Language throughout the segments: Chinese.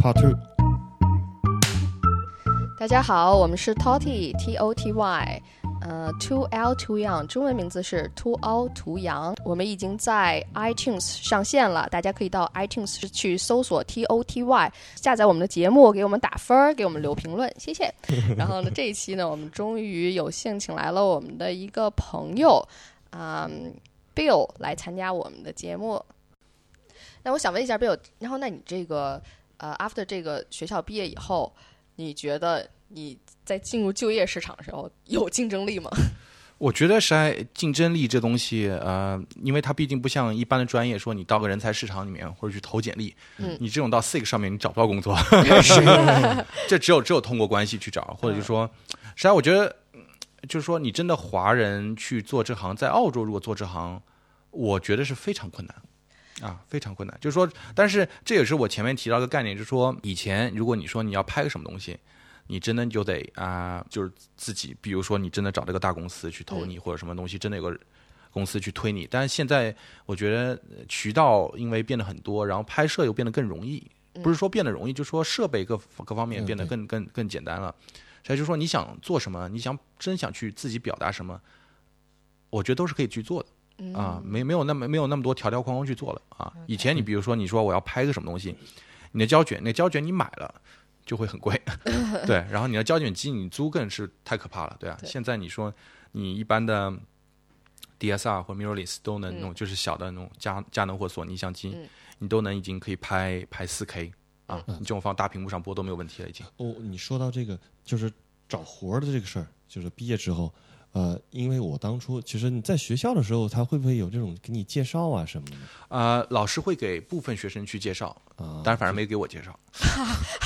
Part Two。大家好，我们是 Toty T O T Y，呃，Too L Too Young，中文名字是 Too L Too Young。我们已经在 iTunes 上线了，大家可以到 iTunes 去搜索 T O T Y，下载我们的节目，给我们打分儿，给我们留评论，谢谢。然后呢，这一期呢，我们终于有幸请来了我们的一个朋友啊、b i l l 来参加我们的节目。那我想问一下 Bill，然后那你这个呃，after 这个学校毕业以后，你觉得你在进入就业市场的时候有竞争 力吗？我觉得实在竞争力这东西，呃，因为它毕竟不像一般的专业，说你到个人才市场里面或者去投简历，嗯你这种到 SIG 上面你找不到工作，是， 这只有只有通过关系去找，或者就说，实在我觉得，嗯就是说你真的华人去做这行，在澳洲如果做这行，我觉得是非常困难。啊，非常困难。就是说，但是这也是我前面提到的概念，就是说，以前如果你说你要拍个什么东西，你真的就得啊、就是自己，比如说你真的找这个大公司去投你，或者什么东西，真的有个公司去推你。但是现在我觉得呃渠道因为变得很多，然后拍摄又变得更容易，不是说变得容易，就说设备各各方面变得更更更简单了。所以就说你想做什么，你想真想去自己表达什么，我觉得都是可以去做的。啊，没没有那么没有那么多条条框框去做了啊。以前你比如说你说我要拍个什么东西，你的胶卷，那胶卷你买了就会很贵， 对，然后你的胶卷机你租更是太可怕了，对啊。对现在你说你一般的 DSR 或 mirrorless 都能弄，就是小的那种佳佳能或索尼相机，嗯你都能已经可以拍拍四 K 啊，你这种放大屏幕上播都没有问题了已经。哦，你说到这个，就是找活儿的这个事儿，就是毕业之后，呃，因为我当初其实你在学校的时候，他会不会有这种给你介绍啊什么的呢？呃，老师会给部分学生去介绍，啊，但是反正没给我介绍。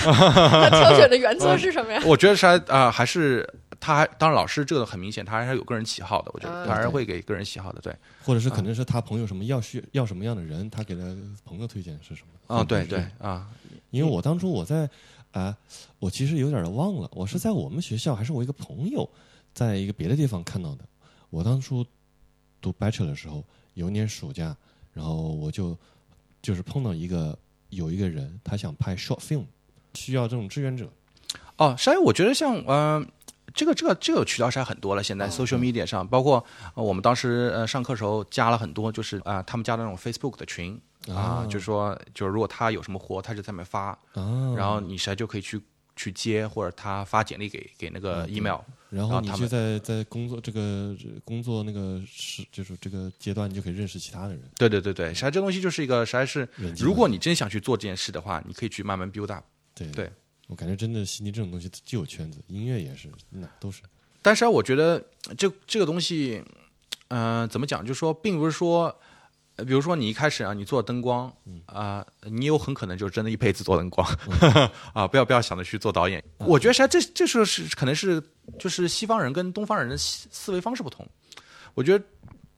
那挑选的原则是什么呀？我觉得是还啊、还是他还当然老师这个很明显，他还是有个人喜好的，我觉得嗯他还是会给个人喜好的，对，或者是肯定是他朋友什么要需要什么样的人，他给他朋友推荐是什么？啊，对是对啊，因为我当初我在啊、我其实有点儿忘了，我是在我们学校还是我一个朋友，在一个别的地方看到的。我当初读 bachelor 的时候，有一年暑假，然后我就就是碰到一个有一个人，他想拍 short film，需要这种志愿者。哦，实际上我觉得像嗯、呃这个这个这个渠道实在很多了，现在 social media 上，包括、呃我们当时呃上课时候加了很多，就是啊、呃他们加的那种 Facebook 的群啊、就是说就是如果他有什么活，他就在上面发，啊，然后你实际上就可以去去接，或者他发简历给给那个 email，、然然后后你他就们在在工作这个工作那个是就是这个阶段，你就可以认识其他的人。对对对对，实际上这东西就是一个实在是人，际如果你真想去做这件事的话，你可以去慢慢 build up。对对，我感觉真的悉尼这种东西就有圈子，音乐也是，哪都是。但是啊我觉得这这个东西，嗯、怎么讲？就是说，并不是说，呃比如说你一开始啊，你做灯光啊、你有很可能就真的一辈子做灯光 啊，不要不要想着去做导演。我觉得实际上这这时候是可能是就是西方人跟东方人的思思维方式不同。我觉得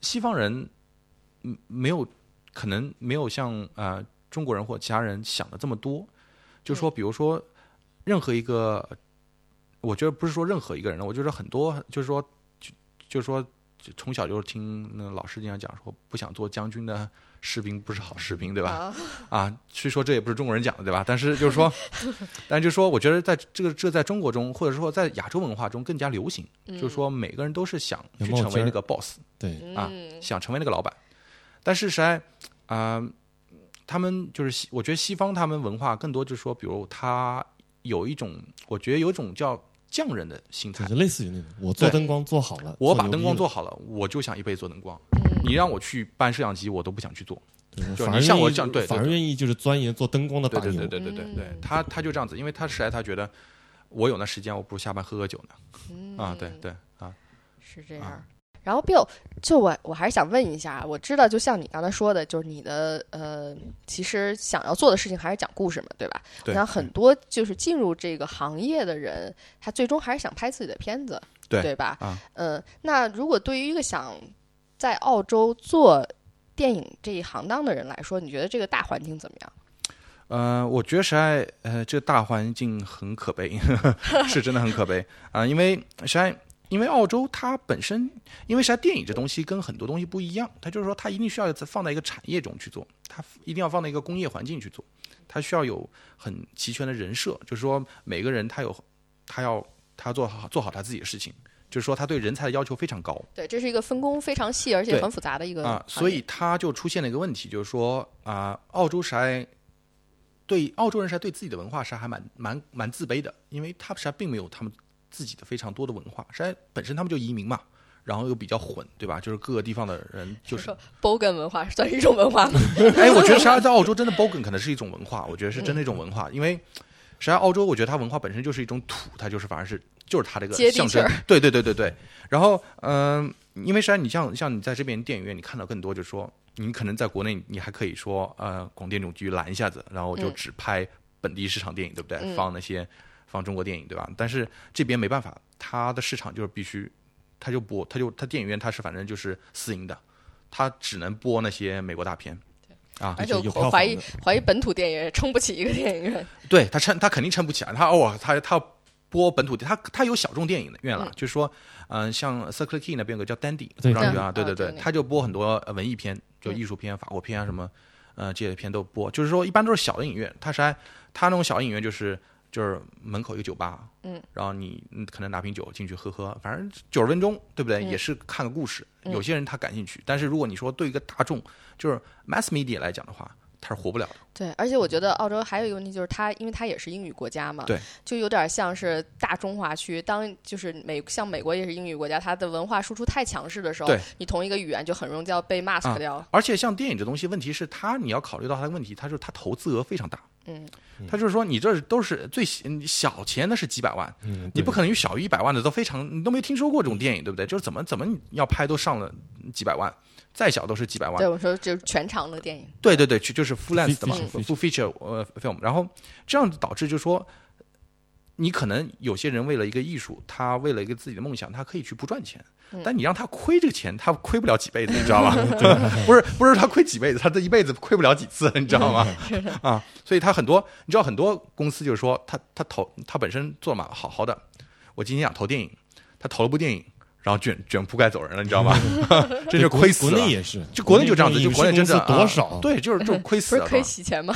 西方人嗯没有可能没有像啊、呃中国人或其他人想的这么多，就说比如说任何一个我觉得不是说任何一个人了，我觉得很多就是说，就就是说，就从小就是听那老师经常讲说，不想做将军的士兵不是好士兵，对吧？啊，啊，虽说这也不是中国人讲的，对吧？但是就是说，但就是说，我觉得在这个这在中国中，或者说在亚洲文化中更加流行，就是说每个人都是想有去冒成为尖儿那个 boss，对，啊嗯嗯，想成为那个老板，但是实在啊、呃他们就是西，我觉得西方他们文化更多就是说，比如他有一种，我觉得有一种叫匠人的心态就。是类似于那种，我做哎对灯光做好了，牛我把逼灯光了做，好了，我就想一辈子做灯光。嗯你让我去搬摄像机，我都不想去做。对我就反你而像愿我意这样对对反而对愿意就是钻研做灯光的对大对牛对。对对对对嗯，他他就这样子，因为他实在他觉得我有那时间，我不如下班喝喝酒呢。啊，对对啊，嗯是这样啊。然后 Bill，就我我还是想问一下，我知道就像你刚才说的，就是你的呃，其实想要做的事情还是讲故事嘛，对吧？对我想很多就是进入这个行业的人，他最终还是想拍自己的片子，对吧？啊，嗯、那如果对于一个想在澳洲做电影这一行当的人来说，你觉得这个大环境怎么样？呃，我觉得实在 呃，这大环境很可悲，是真的很可悲啊、因为实在。因为澳洲它本身，因为实际上电影这东西跟很多东西不一样，它就是说它一定需要放在一个产业中去做，它一定要放在一个工业环境去做，它需要有很齐全的人设，就是说每个人他有他要他做好做好他自己的事情，就是说他对人才的要求非常高。对，这是一个分工非常细而且对很复杂的一个啊，行所业，以他就出现了一个问题，就是说啊，澳洲啥对澳洲人啥对自己的文化啥还蛮蛮蛮自卑的，因为他们啥并没有他们自己的非常多的文化，啥本身他们就移民嘛，然后又比较混，对吧？就是各个地方的人就是 Bogan 文化算是一种文化吗？哎，我觉得啥在澳洲真的 bogan 可能是一种文化，我觉得是真的一种文化，因为。实际上，澳洲我觉得它文化本身就是一种土，它就是反而是就是它这个接地象气征儿，对对对对对。然后，嗯、因为实际上你像像你在这边电影院，你看到更多就是说，你可能在国内你还可以说，呃，广电总局拦一下子，然后我就嗯只拍本地市场电影，对不对？嗯放那些放中国电影，对吧？但是这边没办法，它的市场就是必须，它就播，它就它电影院它是反正就是私营的，它只能播那些美国大片。啊，而且有我票怀房疑的怀疑本土电影也撑不起一个电影院。对他撑，他肯定撑不起来。啊他偶尔他他播本土电，他他有小众电影的院了，嗯就是说，嗯、像 Circle K 那边有个叫 Dandy，对不知道你对啊，对对啊对对那，个他就播很多呃文艺片，就嗯艺术片、法国片啊什么，呃这些片都播。就是说，一般都是小的影院，他是还他那种小的影院就是就是门口一个酒吧，嗯，然后你嗯可能拿瓶酒进去喝喝，反正九十分钟，对不对？嗯也是看个故事。嗯有些人他感兴趣，但是如果你说对一个大众，就是 mass media 来讲的话，他是活不了的。对，而且我觉得澳洲还有一个问题就是它，因为它也是英语国家嘛，嗯对，就有点像是大中华区。当就是美像美国也是英语国家，它的文化输出太强势的时候对，你同一个语言就很容易就要被 mask 啊掉。而且像电影这东西，问题是它你要考虑到它的问题，它就是它投资额非常大。嗯，它就是说你这都是最小小钱那是几百万，嗯，你不对可能有小于一百万的都非常，你都没听说过这种电影，对不对？就是怎么怎么你要拍都上了几百万，再小都是几百万对，。我说就是全长的电影，对对对，就就是 full length 的嘛 Full feature ，full feature 呃 film，然后这样导致就是说，你可能有些人为了一个艺术，他为了一个自己的梦想，他可以去不赚钱嗯，但你让他亏这个钱，他亏不了几辈子，你知道吧？ 不是不是他亏几辈子，他这一辈子亏不了几次，你知道吗？ 啊，所以他很多，你知道很多公司就是说，他他投他本身做嘛好好的，我今天想投电影，他投了部电影。然后卷卷铺盖走人了，你知道吗？这就国亏死了。国内也是，就国内就这样子，就国内真是正多少？啊，对，就是就是亏嗯不死是了，可以洗钱吗？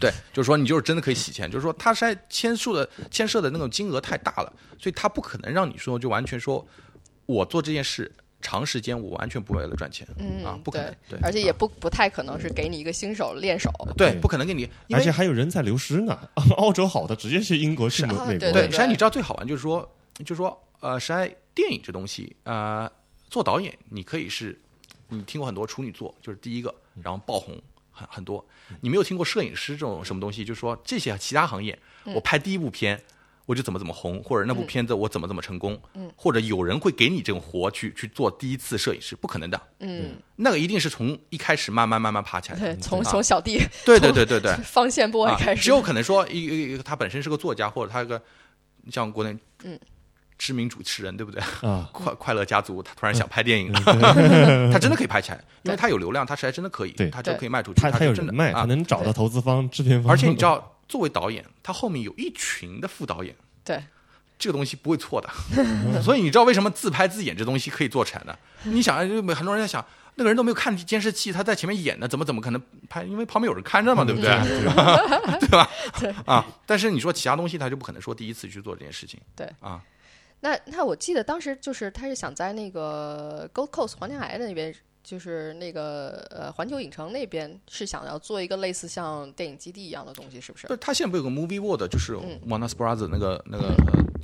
对，就是说你就是真的可以洗钱，就是说他是牵涉的牵涉的那种金额太大了，所以他不可能让你说就完全说我做这件事长时间我完全不为了赚钱，嗯，啊，不可能，对对，，而且也啊不不太可能是给你一个新手练手。对对，不可能给你，因而为且还有人才流失呢。 澳洲好的直接去英国、去美啊美对国对，了实，际上你知道最好玩就是说，就是说，呃，实际上电影这东西，呃，做导演你可以是，你听过很多处女作，就是第一个，然后爆红很很多，你没有听过摄影师这种什么东西，就是说这些其他行业，我拍第一部片。我就怎么怎么红，或者那部片子我怎么怎么成功，或者有人会给你这种活去去做第一次摄影师，不可能的，嗯，那个一定是从一开始慢慢慢慢爬起来对的，， 从啊从小弟对对对对对，方线 boy 啊，开只始，有可能说一一一他本身是个作家，或者他一个像国内嗯知名主持人，对不 对？啊，快快乐家族，他嗯突然想 拍电影，他真的可以拍起来，因为他有流量，他实在真的可以对，他就可以卖出去，他他有就人真的脉，他啊。能找到投资方、制片方。而且你知道，作为导演，他后面有一群的副导演，对，这个东西不会 错的。所以你知道为什么自拍自演这东西可以做成呢？你想，啊就很多人在想，那个人都没有看监视器，他在前面演呢，怎么怎么可能拍？因为旁边有人嗯看着嘛，对不对？对吧？ 啊，但是你说其他东西，他就不可能说第一次去做这件事情。那那我记得当时就是他是想在那个 Gold Coast 黄金海岸那边，就是那个呃环球影城那边是想要做一个类似像电影基地一样的东西，是不是不？是，他现在不有个 Movie World，就是嗯 Warner Brothers 那个那个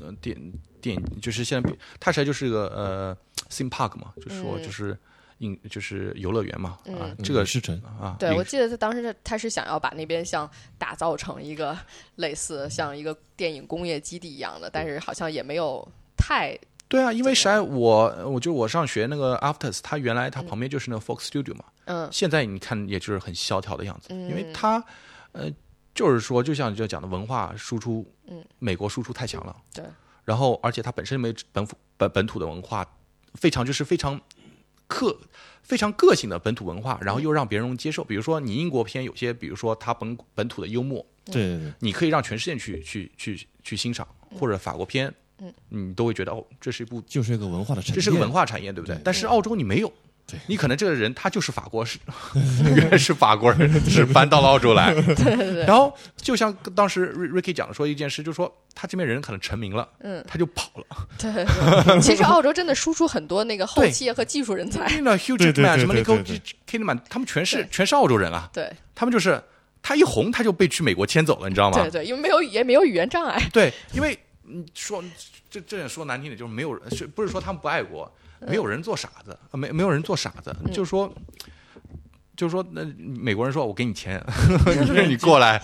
呃电电影，就是现在它实际上就是个呃 theme park 嘛，就是说嗯就是影就是游乐园嘛啊嗯，这个是成啊，对，影我记得他当时他他是想要把那边像打造成一个类似像一个电影工业基地一样的，但是好像也没有太对啊，因为怎啥？我我就我上学那个 Afters，它原来它旁边就是那个 Fox Studio 嘛，嗯现在你看也就是很萧条的样子，嗯因为它呃就是说，就像你就讲的文化输出，嗯，美国输出太强了，对，然后而且它本身没本土本本土的文化，非常就是非常个非常个性的本土文化，然后嗯又让别人接受，比如说你英国片有些，比如说它本本土的幽默，对对对，你可以让全世界去去去去欣赏，或者法国片嗯，你都会觉得哦，这是一部就是一个文化的产业，这是个文化产业，对不对？对但是澳洲你没有对。你可能这个人他就是法国是， 原来是法 国人，是搬到了澳洲来。对对对，然后就像当时 Ri- Ricky 讲的说一件事，就说他这边人可能成名了，嗯，他就跑 了。对对对。其实澳洲真的输出很多那个后对期和技术人才，对了，Hugh 对对 Jackman 对什么对 Nicole 对 Kidman，他们全是对全是澳洲人啊，对他们就是他一红他就被去美国迁走了，你知道吗？对对，因为没有语言，没有语言障碍，对，因为嗯你说这这也说难听点，就是没有人，是不是说他们不爱国？没有人做傻子，呃没没有人做傻子，嗯就是说，就是说，那美国人说我给 你钱，就是你过来，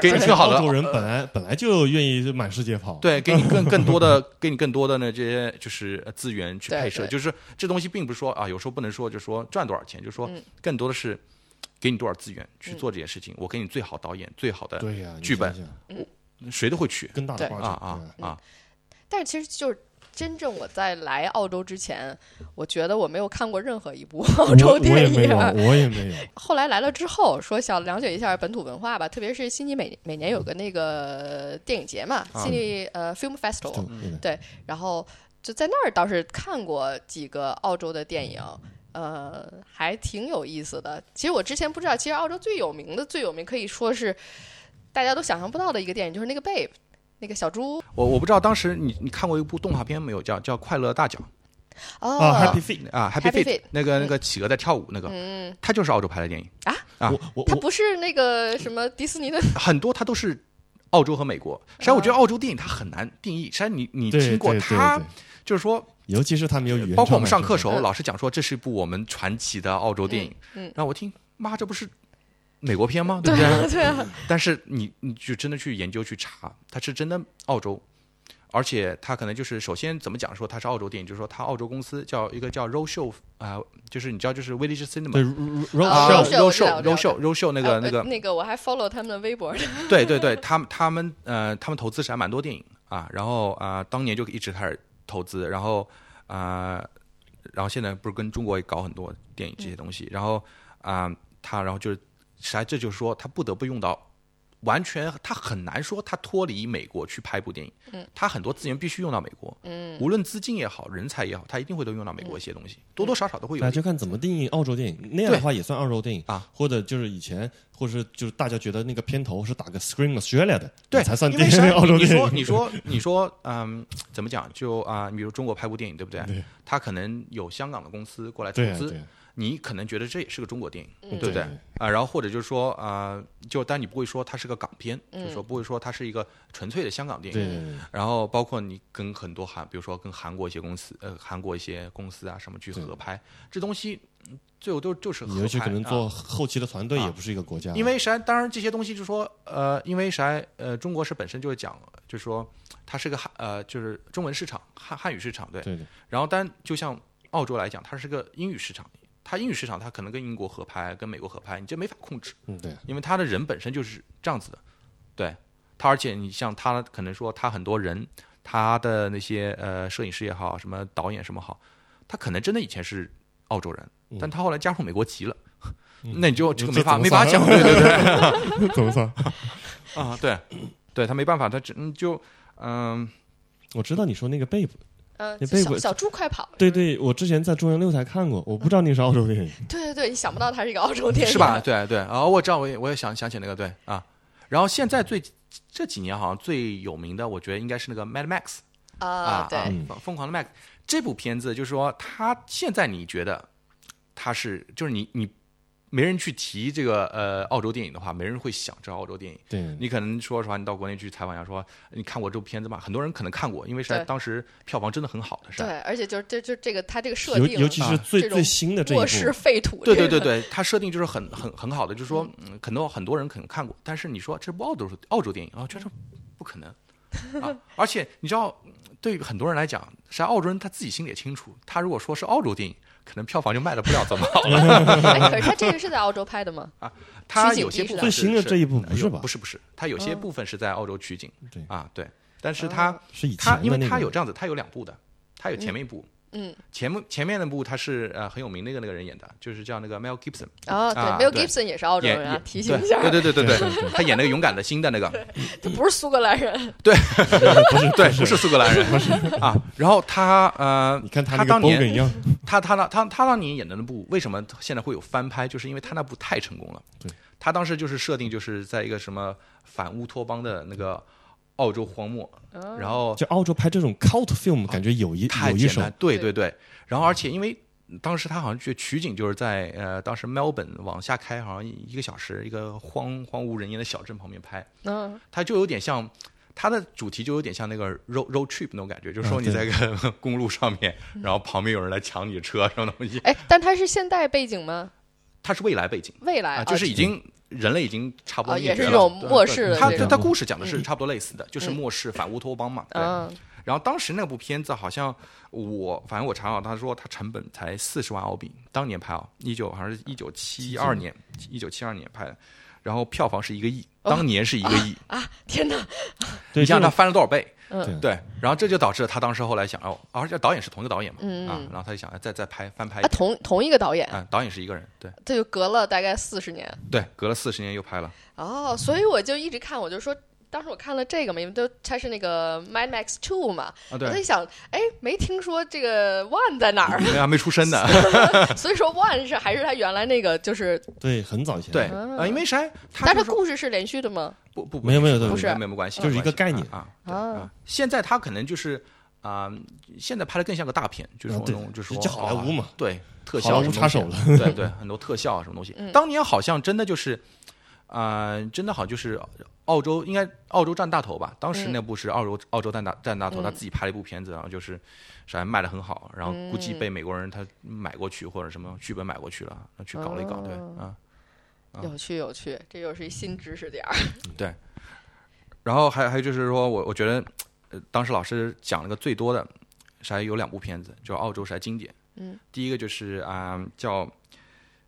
给你这更好的澳洲人本来本来就愿意满世界跑，对，给你更更多的，给你更多的呢这些就是呃资源去对拍摄，对就是这东西并不是说啊，有时候不能说就说赚多少钱，就说嗯更多的是给你多少资源去嗯做这件事情，我给你最好导演，最好的对呀，你剧本想想谁都会去跟大的对瓜啊葛啊对啊，但其实就是。真正我在来澳洲之前，我觉得我没有看过任何一部 澳洲我我也电没影有，。我也没 有，后来来了之后，说想了解一下本土文化吧，特别是悉尼每每年有个那个电影节嘛，啊悉尼呃 Film 就 Festival，对对然后就在那儿倒是看过几个澳洲的电影，呃，还挺有意思的。其实我之前不知道，其实澳洲最有名的、最有名可以说是大家都想象不到的一个电影，就是那个《Babe》，那个小猪我我不知道当时你你看过一部动画片没有，叫叫《快乐大奖哦，啊，Happy Feet，》啊 Happy Feet，Happy Feet 那个那个企鹅在跳舞那个，嗯，它就是澳洲拍的电影，啊我我它我不是那个什么迪士尼的，很多它都是。澳洲和美国，实际上我觉得澳洲电影它很难定义。实际上你你对听过对对它对，就是说尤其是他没有语言，包括我们上课时候，嗯老师讲说这是一部我们传奇的澳洲电影，嗯嗯然后我听，妈，这不是美国片吗？对对不啊对？对啊，但是你你就真的去研究去查，它是真的澳洲，而且它可能就是首先怎么讲说它是澳洲电影，就是说它澳洲公司叫一个叫 Roadshow 啊、就是你知道就是对 Village Cinema。 ，Road 啊 Show， Roadshow，我知道我知 Roadshow 道 Roadshow Roadshow 那个啊那个呃那个我还 follow 他们的微博呢， 对对对，他们他们呃，他们投资是还蛮多电影啊，然后啊、呃当年就一直开始投资，然后啊、呃然后现在不是跟中国也搞很多电影嗯这些东西，然后啊、他然后就是，实在这就是说他不得不用到。完全，他很难说他脱离美国去拍一部电影，嗯他很多资源必须用到美国，嗯，无论资金也好，人才也好，他一定会都用到美国一些东西，多多少少都会有那一就点。看怎么定义澳洲电影，那样的对话也算澳洲电影啊，或者就是以前，或者是就是大家觉得那个片头是打个 Scream Australia 的，对，才算因定为义啥澳洲你电影。说，你说，你说，嗯，怎么讲？就啊，你比如中国拍部电影，对不对？对他可能有香港的公司过来投对啊资，对啊你可能觉得这也是个中国电影，嗯对不对对？啊，然后或者就是说啊，就但你不会说它是个港片，就是说不会说它是一个纯粹的香港电对影。对对然后包括你跟很多韩，比如说跟韩国一些公司，呃，韩国一些公司啊什么去对合拍，这东西嗯最后都就是你合尤其拍。可能啊做后期的团队啊也不是一个国家，因为啥？当然这些东西就说，呃，因为啥？呃，中国是本身就是讲，就是说它是个汉，呃，就是中文市场，汉汉语市场，对。对对然后，当然就像澳洲来讲，它是个英语市场，它英语市场它可能跟英国合拍，跟美国合拍，你这没法控制，嗯对因为它的人本身就是这样子的，对。它而且你像它可能说它很多人，他的那些呃摄影师也好，什么导演什么好，他可能真的以前是澳洲人，嗯但他后来加入美国籍了，嗯 那你就这个这没法怎么没法算讲，对 对对。对， 怎么算？啊，对，对他没办法，他只嗯就嗯 我知道你说那个 Babe，呃，那小 Babe- 小猪快跑，对对，我之前在中央六台看过，我不知道那是澳洲电影，对对对，你想不到它是一个澳洲电影，是吧？？对对啊，我知道，我也我也想想起那个对啊，然后现在最这几年好像最有名的，我觉得应该是那个 Mad Max 啊，对啊，疯疯狂的 Max 这部片子，就是说他现在你觉得他是就是你你没人去提这个呃澳洲电影的话，没人会想这澳洲电影。对你可能说实话，你到国内去采访一下，说你看过这部片子吗？很多人可能看过，因为是在对当时票房真的很好的，是吧？对，而且就是这就这个它这个设尤定，尤其是啊最这种最新的这一末世部，废土，对对这对 个，对，它设定就是很很很好的，就是说，嗯，可能很多人可能看过，但是你说这部澳洲澳洲电影啊，觉得不可能啊！ 而且你知道，嗯对于很多人来讲，实际上澳洲人他自己心里也清楚，他如果说是澳洲电影，可能票房就卖的不了 这么好了。 哎，可是它这个是在澳洲拍的吗？他取景有些地部是分最新的这一部不是有吧不？是不是，他有些哦部分是在澳洲取景对啊，对，但是他哦是以前他的因为那他个有这样子，他有两部的，他有前面一部，嗯，前面前面那部他是呃很有名的一个那个人演的，就是叫那个 Mel Gibson 哦，对啊，Mel 对 Gibson 也是澳洲演人啊，演提醒一下，对对对对对对，他演那个勇敢的心的那个，他不是苏格兰人，不 是对，不是苏格兰人，啊。然后他呃，你看他那他个当 b o 年 g 一样，他他那他他当年演的那部为什么现在会有翻拍，就是因为他那部太成功了。对，他当时就是设定就是在一个什么反乌托邦的那个澳洲荒漠，哦然后就澳洲拍这种 cult film，感觉有一哦太有一简手单，对对对。然后而且因为当时他好像取取景就是在呃当时 Melbourne 往下开，好像一个小时一个荒荒无人烟的小镇旁边拍，嗯，它就有点像。它的主题就有点像那个 road road trip 那种感觉，就是说啊你在对嗯一个公路上面，然后旁边有人来抢你的车什么东西。哎，但他是现代背景吗？它是未来背景，未来啊，啊就是已经人类已经差不哦，多也灭是绝这了种。末世的他这他种，他故事讲的是差不多类似的，就是末世反乌托邦嘛。对。嗯，然后当时那部片子好像我反正我查到他说他成本才四十万澳币，当年拍啊，一九好像是一九七二年，一九七二年拍的，然后票房是一个亿，哦当年是一个亿，天哪，对，你这想想他种翻了多少倍？嗯对对，然后这就导致了他当时后来想哦，而且导演是同一个导演嘛，嗯啊，然后他就想哎再再拍翻拍一啊，遍，同同一个导演，啊，导演是一个人，对这就隔了大概四十年对，隔了四十年又拍了。哦，所以我就一直看，我就说。当时我看了这个嘛，因为都它是那个 Mad Max Two 嘛，啊，我对，在想，哎，没听说这个 One 在哪儿，啊 没还没出生呢，所以说 One 是还是他原来那个，就是，对很早以前对，啊呃，因为啥？他但是就它说故事是连续的吗？不不没有没有不是没有没有关系，就是没一个关概系念啊啊对啊啊。现在他可能就是啊，现在拍的更像个大片，就是啊那对种就是就说叫好莱坞嘛啊对，特好莱效坞什么东西插手了， 对对，很多特效啊什么东西嗯。当年好像真的就是，啊，真的好像就是澳洲应该澳洲占大头吧？当时嗯那部是澳洲澳洲占大占大头，嗯他自己拍了一部片子，然后就是啥卖的很好，然后估计嗯被美国人他买过去或者什么剧本买过去了，去搞了一搞，对哦啊。啊有趣有趣，这又是一新知识 点儿。然后还还有就是说我我觉得，呃，当时老师讲了个最多的，是还有两部片子，就是澳洲是还经典。嗯，第一个就是啊、叫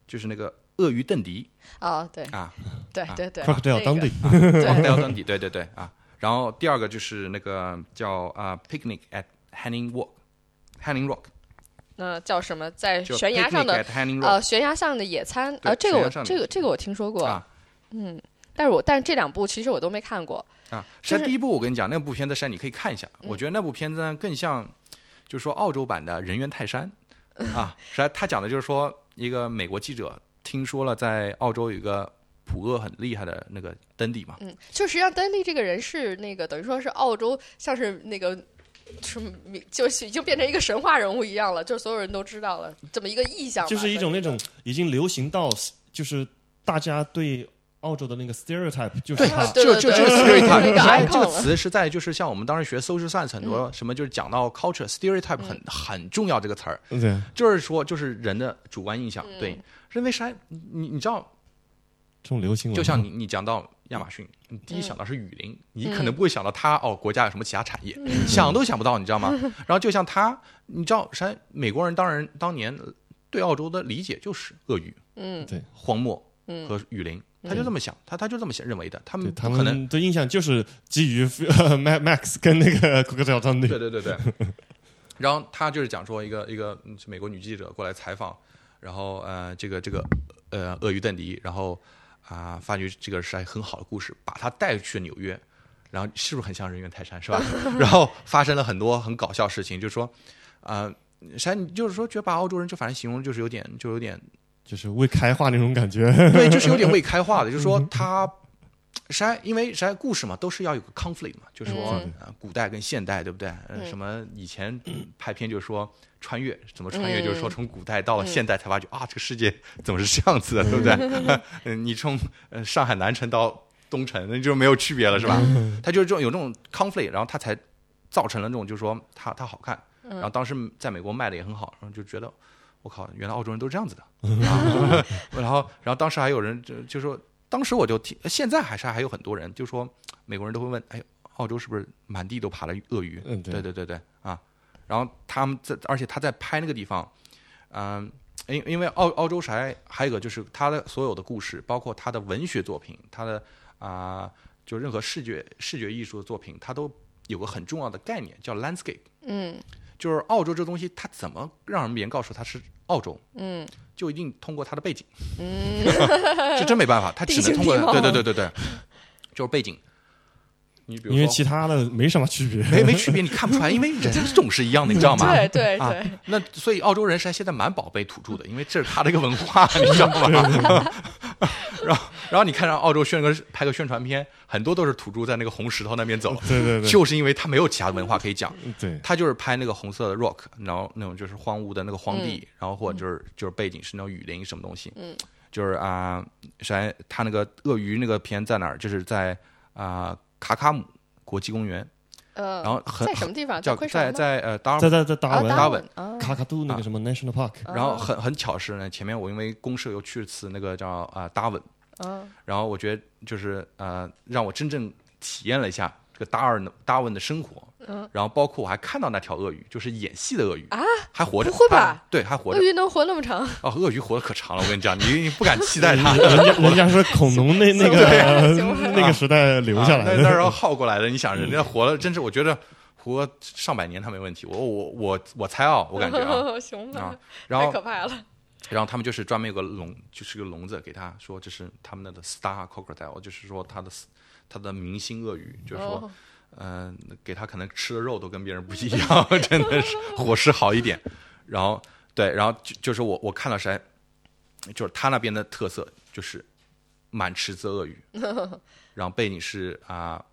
就是那个鳄鱼邓迪啊，对啊，对啊对对 crocodile 当地， 哦对戴奥邓迪，对对对啊。然后第二个就是那个叫啊、Picnic at Henning Rock，Henning Rock 那叫什么？在就悬崖上 Picnic 的 at Henning Rock，、呃，悬崖上的野餐对啊，这个悬我崖上的这个这个我听说过，啊嗯，但是我但是这两部其实我都没看过，啊，就山是第一部我跟你讲，那部片子山你可以看一下，嗯我觉得那部片子呢更像，就是说澳洲版的《人猿泰山》 啊，实际他讲的就是说一个美国记者听说了在澳洲有一个捕鳄很厉害的那个登底嘛，嗯，就实际上丹利这个人是那个等于说是澳洲像是那个。什么就是已经变成一个神话人物一样了，就是所有人都知道了这么一个意象吧，就是一种那种已经流行到就是大家对澳洲的那个 stereotype，就是啊他对这这这个对对对对对 stereotype，实际上这个 icon 嗯词是在就是像我们当时学 social science 很多什么就是讲到 culture stereotype 很很重要这个词儿，对就是说就是人的主观印象嗯，对，认为啥？你你你知道这种流行文化，就像你你讲到亚马逊，你第一嗯嗯想到是雨林，你可能不会想到它哦，国家有什么其他产业，想都想不到，你 知道吗？然后就像它，你知道，实际上美国人当然当年呃对澳洲的理解就是鳄鱼、嗯荒漠嗯和雨林，他就这么想，他他就这么想认为的，他对们他不可能。们的印象就是基于 Max Max 跟那个 crocodile 当地对，对对对。然后他就是讲说一个一个嗯美国女记者过来采访，然后呃这个这个呃鳄鱼邓迪，然后啊、发觉这个是很好的故事，把他带去纽约，然后是不是很像人猿泰山是吧？然后发生了很多很搞笑事情，就是说啊。呃山，你就是说，觉得把澳洲人就反正形容就是有点，就有点，就是未开化那种感觉，对，就是有点未开化的，就是说他，山，因为山故事嘛，都是要有个 conflict 嘛，就是说嗯呃古代跟现代，对不对？呃嗯什么以前拍片就是说穿越，怎么穿越？嗯就是说从古代到了现代才发觉啊，这个世界怎么是这样子的，对不对？嗯，你从呃上海南城到东城，那就没有区别了，是吧？它就是这种有这种 conflict，然后它才造成了这种，就是说它它好看，然后当时在美国卖的也很好，然后就觉得。我靠，原来澳洲人都这样子的，啊然后，然后当时还有人就就说，当时我就听，现在还是还有很多人就说，美国人都会问，哎，澳洲是不是满地都爬了鳄鱼？嗯对对对对对啊！然后他们在，而且他在拍那个地方，嗯、因因为澳澳洲是还还有一个就是他的所有的故事，包括他的文学作品，他的啊、就任何视觉视觉艺术的作品，他都有个很重要的概念叫 landscape，嗯就是澳洲这东西，它怎么让别人告诉他是澳洲？嗯，就一定通过他的背景，嗯， 是真没办法，他只能通过地形地貌对对对对对，就是背景。你比如因为说其他的没什么区别。没没区别，你看不出来，因为人总是一样的，你知道吗？对对啊哎对，那所以澳洲人是现在蛮宝贝土著的，因为这是他的一个文化，你知道吗？ 然后然后你看，让澳洲宣个拍个宣传片，很多都是土著在那个红石头那边走，对嗯对对，就是因为他没有其他文化可以讲，对他就是拍那个红色的 rock，然后那种就是荒芜的那个荒地，然后或者就是就是背景是那种雨林什么东西，嗯，就是啊，首先他那个鳄鱼那个片在哪儿？就是在啊、卡卡姆国际公园，呃，然后很在什么地方？叫昆在山吗在呃达尔在在在达啊尔达文、尔文啊，卡卡杜那个什么 National Park，然嗯后很很巧是呢，前面我因为公社又去了次那个叫啊达文，嗯然后我觉得就是呃，让我真正体验了一下这个达尔呢达文的生活，嗯，然后包括我还看到那条鳄鱼，就是演戏的鳄鱼啊，还活着，不会吧它？对，还活鳄着。鱼能活那么长？哦，鳄鱼活得可长了，我跟你 讲，你你不敢期待它。人家人家是恐龙那那个行吧行吧那个时代 留下 啊来嗯那那时的，候耗过来的，你想人家活了，真是我觉得活上百年他没问题。我我我我猜啊，我感觉 啊熊啊吧，，然太后可怕了。然后他们就是专门有个笼，就是个笼子给他说，这是他们的 star crocodile，就是说他的他的明星鳄鱼，就是说，哦嗯、给他可能吃的肉都跟别人不一样， 真的是伙食好一点。然后对，然后就就是我我看到谁，就是他那边的特色就是满池子鳄鱼，然后背景是啊。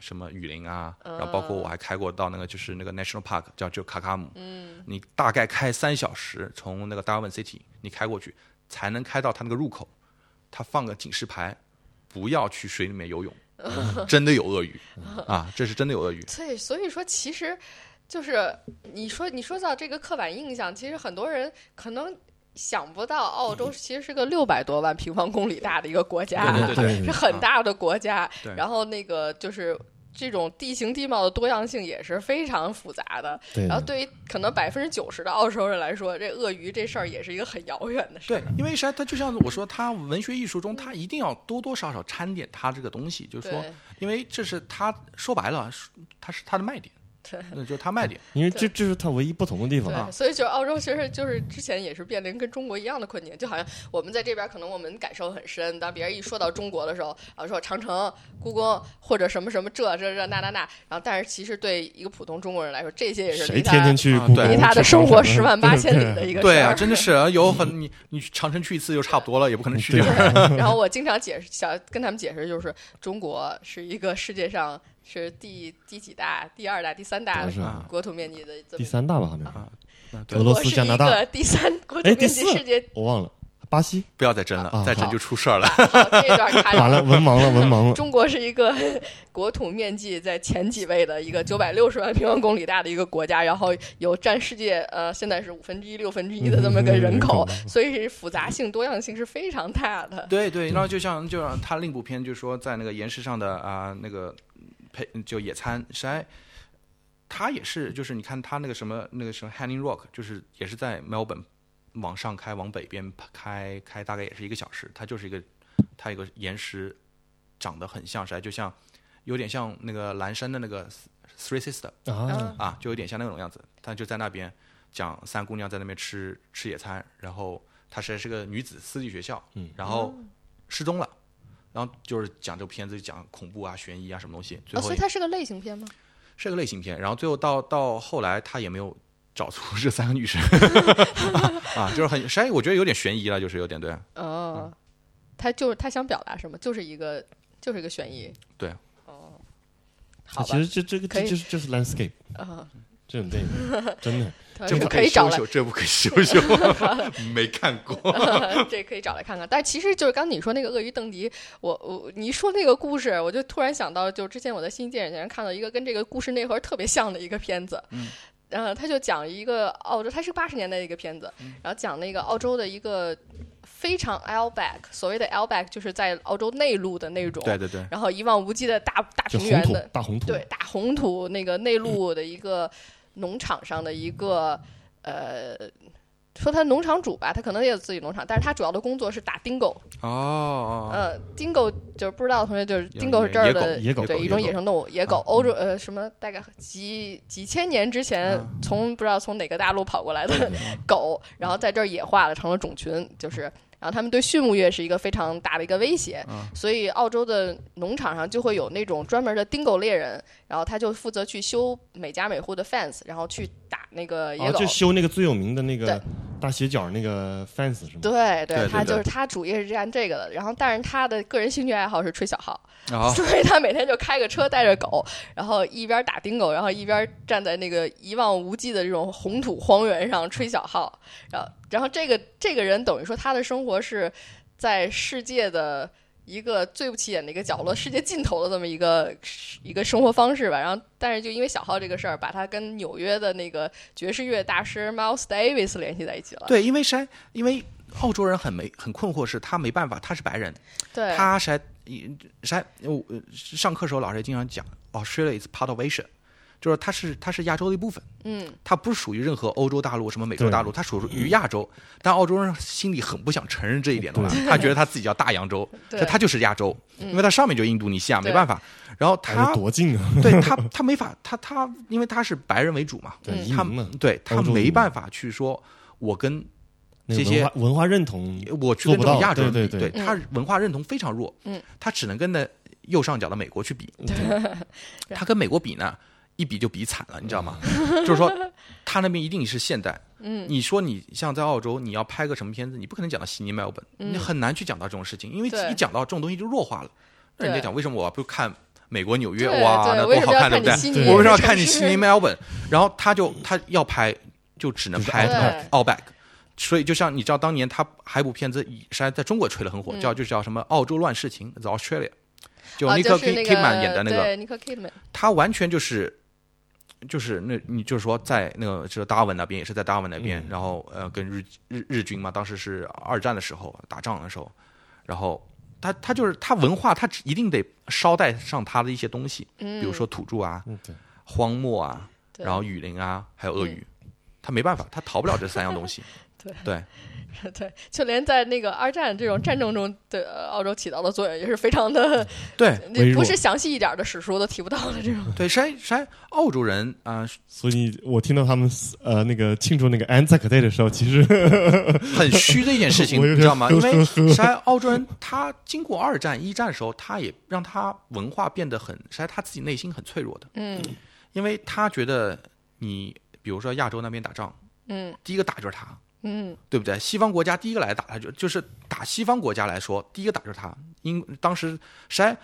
什么雨林啊，然后包括我还开过到那个就是那个 national park 叫就卡卡姆，你大概开三小时，从那个 Darwin City 你开过去，才能开到它那个入口。它放个警示牌，不要去水里面游泳，嗯真的有鳄鱼啊，这是真的有鳄鱼。对，所以说其实就是你说你说到这个刻板印象，其实很多人可能想不到，澳洲其实是个六百多万平方公里大的一个国家，对对对嗯是很大的国家。对然后那个就是这种地形地貌的多样性也是非常复杂的。对然后对于可能百分之九十的澳洲人来说，这鳄鱼这事儿也是一个很遥远的事儿。对，因为实在它就像我说，它文学艺术中，它一定要多多少少掺点它这个东西，就是说对，因为这是它说白了，它是它的卖点，对那就是它卖点。因为这这是它唯一不同的地方。对，所以就澳洲其实就是之前也是面临跟中国一样的困境，就好像我们在这边可能我们感受很深，当别人一说到中国的时候，然后说长城、故宫或者什么什么这这这那那那，然后但是其实对一个普通中国人来说，这些也是谁离天他天去啊故宫？对离他的去生活长城十万八千里的一个事对啊，儿真的是有很你你去长城去一次就差不多了，也不可能去对第二次。然后我经常解释，想跟他们解释，就是中国是一个世界上是第第几大、第二大、第三大不是啊国土面积的这么第，三大吧，好像是啊啊对俄罗斯我是加拿大一个第三国土哎面第积四世界，我忘了，巴西不要再争了啊，再争就出事儿了。好这段卡完掉。了，文盲 了，文盲了。中国是一个 国土面积在前几位的一嗯个九百六十万平方公里大的一个国家，然后有占世界呃现在是五分之一、六分之一的这么个人口，嗯所以是复杂性、多样性是非常大的。对对，然后就像就像他另一部片，就说在那个岩石上的啊、那个配就野餐晒，他也是就是你看他那个什么那个什么 Hanging Rock，就是也是在墨尔本往上开往北边开开大概也是一个小时，它就是一个它有个岩石长得很像晒，就像有点像那个蓝山的那个 Three Sister 啊，啊，就有点像那种样子，他就在那边讲三姑娘在那边吃吃野餐，然后她实在是个女子私立学校，嗯然哦后失踪了，然后就是讲这个片子讲恐怖啊、悬疑啊什么东西，最啊，后所以也它是个类型片吗？是个类型片，然后最后到到后来他也没有找出 这三个女生 啊，就是很实在我觉得有点悬疑了，就是有点对哦，他就是他想表达什么？就是一个就是一个悬疑。对。哦，好其吧实，这这个可这以就是就是 landscape 啊，这种 电影，真的这部呃可以找修来，修，这部可以修 修，没看过。这可以找来看看。但其实就是刚你说那个鳄鱼邓迪，我我你一说那个故事，我就突然想到，就之前我在新电影节上看到一个跟这个故事内核特别像的一个片子，嗯。呃，他就讲一个澳洲，它是八十年代的一个片子，嗯然后讲那个澳洲的一个非常 l back，所谓的 l back 就是在澳洲内陆的那种，对对对，然后一望无际的大大嗯就平红原土的，大红土，对，大红土那个内陆的一个农场上的一个、呃说他农场主吧，他可能也有自己农场，但是他主要的工作是打 dingo。哦，呃，dingo 就是不知道的同学就是野 dingo 是这儿的野狗野狗对野一狗种野生动物，野狗啊欧洲呃什么大概几几千年之前啊从不知道从哪个大陆跑过来的 狗，然后在这儿野化了，成了种群，就是。然后他们对畜牧业是一个非常大的一个威胁，啊所以澳洲的农场上就会有那种专门的 dingo 猎人，然后他就负责去修每家每户的 fence，然后去打那哦个野啊，狗。就修那个最有名的那个对大斜角那个 fence 是吗？对对对他就对是他主业是干这个的，然后但是他的个人兴趣爱好是吹小号，啊，所以他每天就开个车带着狗，然后一边打丁狗，然后一边站在那个一望无际的这种红土荒原上吹小号，然后然后这个这个人等于说他的生活是在世界的。一个最不起眼的一个角落，世界尽头的这么一个一个生活方式吧。然后，但是就因为小号这个事儿，把他跟纽约的那个爵士乐大师 Miles Davis 联系在一起了。对，因为山，因为澳洲人很没很困惑，是他没办法，他是白人，对，他是山，我呃上课时候老师也经常讲，Australia is part of Asia，就是他是他是亚洲的一部分，嗯，他不是属于任何欧洲大陆什么美洲大陆，他属于亚洲。但澳洲人心里很不想承认这一点的话，他觉得他自己叫大洋洲，对啊嗯这他就是亚洲，因为他上面就印度尼西亚，没对办法。然后还他是多近啊！ 对他他没法，他他因为他是白人为主嘛，对，嗯移他民嘛，对他欧洲没人办法去说，我跟那个这些文化文化认同我去做跟不这种到，亚洲对人比，对对，嗯他文化认同非常弱，嗯，他只能跟那右上角的美国去比， 对他跟美国比呢，一比就比惨了，你知道吗？就 是说，他那边一定是现代，嗯，你说你像在澳洲，你要拍个什么片子，你不可能讲到悉尼、墨尔本，你很难去讲到这种事情，因为嗯对一讲到这种东西就弱化了，那人家对讲为什么我不看？美国纽约，对哇，对那为什多好么要看，对不看你对？悉尼我为什么要这个看你城悉尼、市墨尔本？然后他就他要拍，就只能就是拍对 Outback，所以就像你知道，当年他还有部片子以是在中国吹得很火，叫就是叫什么《澳洲乱世情》（The Australia），就啊，尼就克是 Kid- 那 Kidman 演的那个，对，尼克 Kidman，他完全就是就是那你就是说在那个就是达尔文那边也是在达尔文那嗯边，然后呃跟日日日军嘛，当时是二战的时候打仗的时候，然后。他他就是他文化，他一定得捎带上他的一些东西，嗯，比如说土著啊、嗯对，荒漠啊，对，。然后雨林啊，还有鳄鱼，他没办法，他逃不了这三样东西 对对， 对，就连在那个二战这种战争中对呃澳洲起到的作用也是非常的，对微弱不是详细一点的史书都提不到的这种。 对，山山澳洲人啊、所以我听到他们呃那个庆祝那个 Anzac Day 的时候，其实很虚的一件事情， 我有你点知道吗？呵因呵为山澳洲人他经过二战、一战的时候，他也让他文化变得很，实在他自己内心很脆弱的，嗯因为他觉得你比如说亚洲那边打仗，嗯第一个打就是他，嗯，对不对？西方国家第一个来打他就就是打西方国家来说，第一个打就是他。因当时山